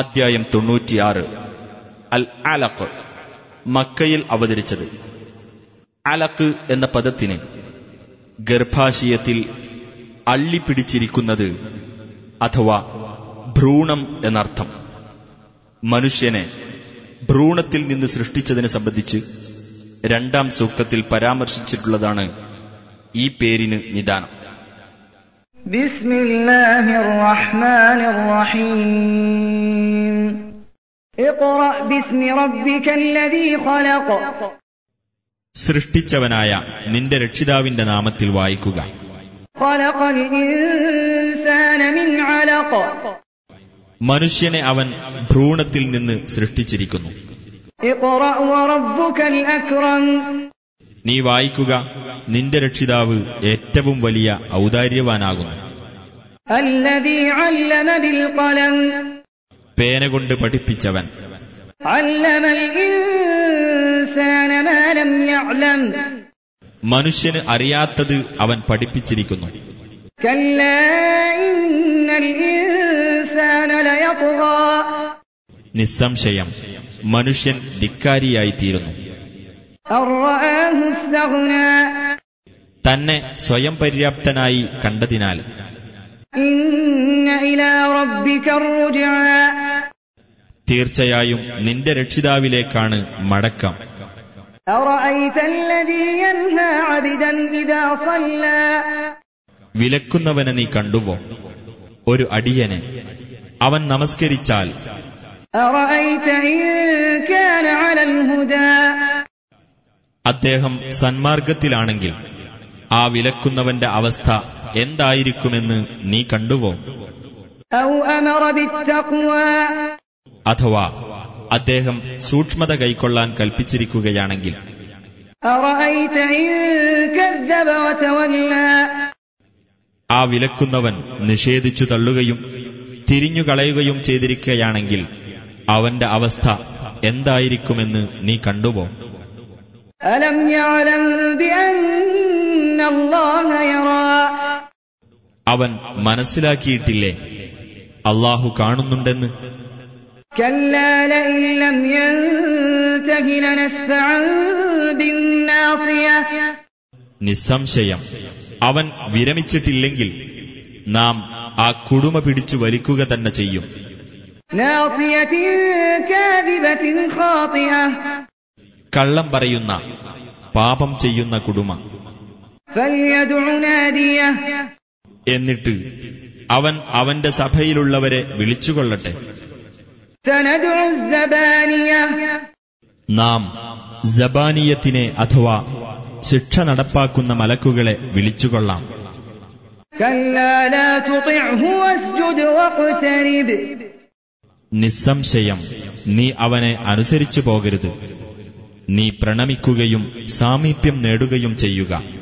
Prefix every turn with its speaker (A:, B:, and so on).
A: അദ്ധ്യായം തൊണ്ണൂറ്റിയാറ് അൽ അലക്ക് മക്കയിൽ അവതരിച്ചത് അലക്ക് എന്ന പദത്തിന് ഗർഭാശയത്തിൽ അള്ളിപ്പിടിച്ചിരിക്കുന്നത് അഥവാ ഭ്രൂണം എന്നർത്ഥം മനുഷ്യനെ ഭ്രൂണത്തിൽ നിന്ന് സൃഷ്ടിച്ചതിനെ സംബന്ധിച്ച് രണ്ടാം സൂക്തത്തിൽ പരാമർശിച്ചിട്ടുള്ളതാണ് ഈ പേരിന് നിദാനം
B: بسم الله الرحمن الرحيم اقرأ باسم ربك الذي خلق
A: സൃഷ്ടിച്ചവനായ നിന്റെ രക്ഷിതാവിന്റെ നാമത്തിൽ വായിക്കുക
B: خلق الإنسان من علق
A: മനുഷ്യനെ അവൻ ഭ്രൂണത്തിൽ നിന്ന് സൃഷ്ടിച്ചിരിക്കുന്നു
B: اقرأ وربك الأكرم
A: നീ വായിക്കുക നിന്റെ രക്ഷിതാവ് ഏറ്റവും വലിയ ഔദാര്യവാനാകുന്നു
B: الذي علم بالقلم
A: പേന കൊണ്ട് പഠിപ്പിച്ചവൻ
B: علم الإنسان ما لم يعلم
A: മനുഷ്യന് അറിയാത്തത് അവൻ പഠിപ്പിച്ചിരിക്കുന്നു
B: كلا إن الإنسان ليطغى
A: നിസ്സംശയം മനുഷ്യൻ ധിക്കാരിയായിത്തീരുന്നു
B: أن رآه استغنى
A: തന്നെ സ്വയം പര്യാപ്തനായി കണ്ടതിനാൽ
B: إن إلى ربك الرجعى
A: തീർച്ചയായും നിന്റെ രക്ഷിതാവിലേക്കാണ് മടക്കം
B: أرأيت الذي ينهى عبدا إذا صلى
A: വിലക്കുന്നവനെ നീ കണ്ടുവോ ഒരു അടിയനെ അവൻ നമസ്കരിച്ചാൽ
B: أرأيت إن كان على الهدى
A: അദ്ദേഹം സന്മാർഗത്തിലാണെങ്കിൽ ആ വിലക്കുന്നവന്റെ അവസ്ഥ എന്തായിരിക്കുമെന്ന് നീ കണ്ടുവോ
B: أو أمر بالتقوى
A: അഥവാ അദ്ദേഹം സൂക്ഷ്മത കൈക്കൊള്ളാൻ കൽപ്പിച്ചിരിക്കുകയാണെങ്കിൽ
B: أرأيت إن كذب وتولى
A: ആ വിലക്കുന്നവൻ നിഷേധിച്ചു തള്ളുകയും തിരിഞ്ഞുകളയുകയും ചെയ്തിരിക്കുകയാണെങ്കിൽ അവന്റെ അവസ്ഥ എന്തായിരിക്കുമെന്ന് നീ കണ്ടുവോ
B: ألم يعلم بأن الله يرى
A: അവൻ മനസ്സിലാക്കിയിട്ടില്ലേ അള്ളാഹു കാണുന്നുണ്ടെന്ന്
B: كلا لئن لم ينته لنسفعا بالناصية
A: നിസ്സംശയം അവൻ വിരമിച്ചിട്ടില്ലെങ്കിൽ നാം ആ കുടുമ പിടിച്ചു വലിക്കുക തന്നെ ചെയ്യും
B: ناصية كاذبة خاطئة
A: കള്ളം പറയുന്ന പാപം ചെയ്യുന്ന കുടുമ
B: فليدع ناديه
A: എന്നിട്ട് അവൻ അവന്റെ സഭയിലുള്ളവരെ വിളിച്ചുകൊള്ളട്ടെ
B: سندع الزبانية
A: നാം ജബാനിയത്തിനെ അഥവാ ശിക്ഷ നടപ്പാക്കുന്ന മലക്കുകളെ വിളിച്ചുകൊള്ളാം
B: كلا لا تطعه واسجد واقترب
A: നിസ്സംശയം നീ അവനെ അനുസരിച്ചു പോകരുത് നീ പ്രണമിക്കുകയും സാമീപ്യം നേടുകയും ചെയ്യുക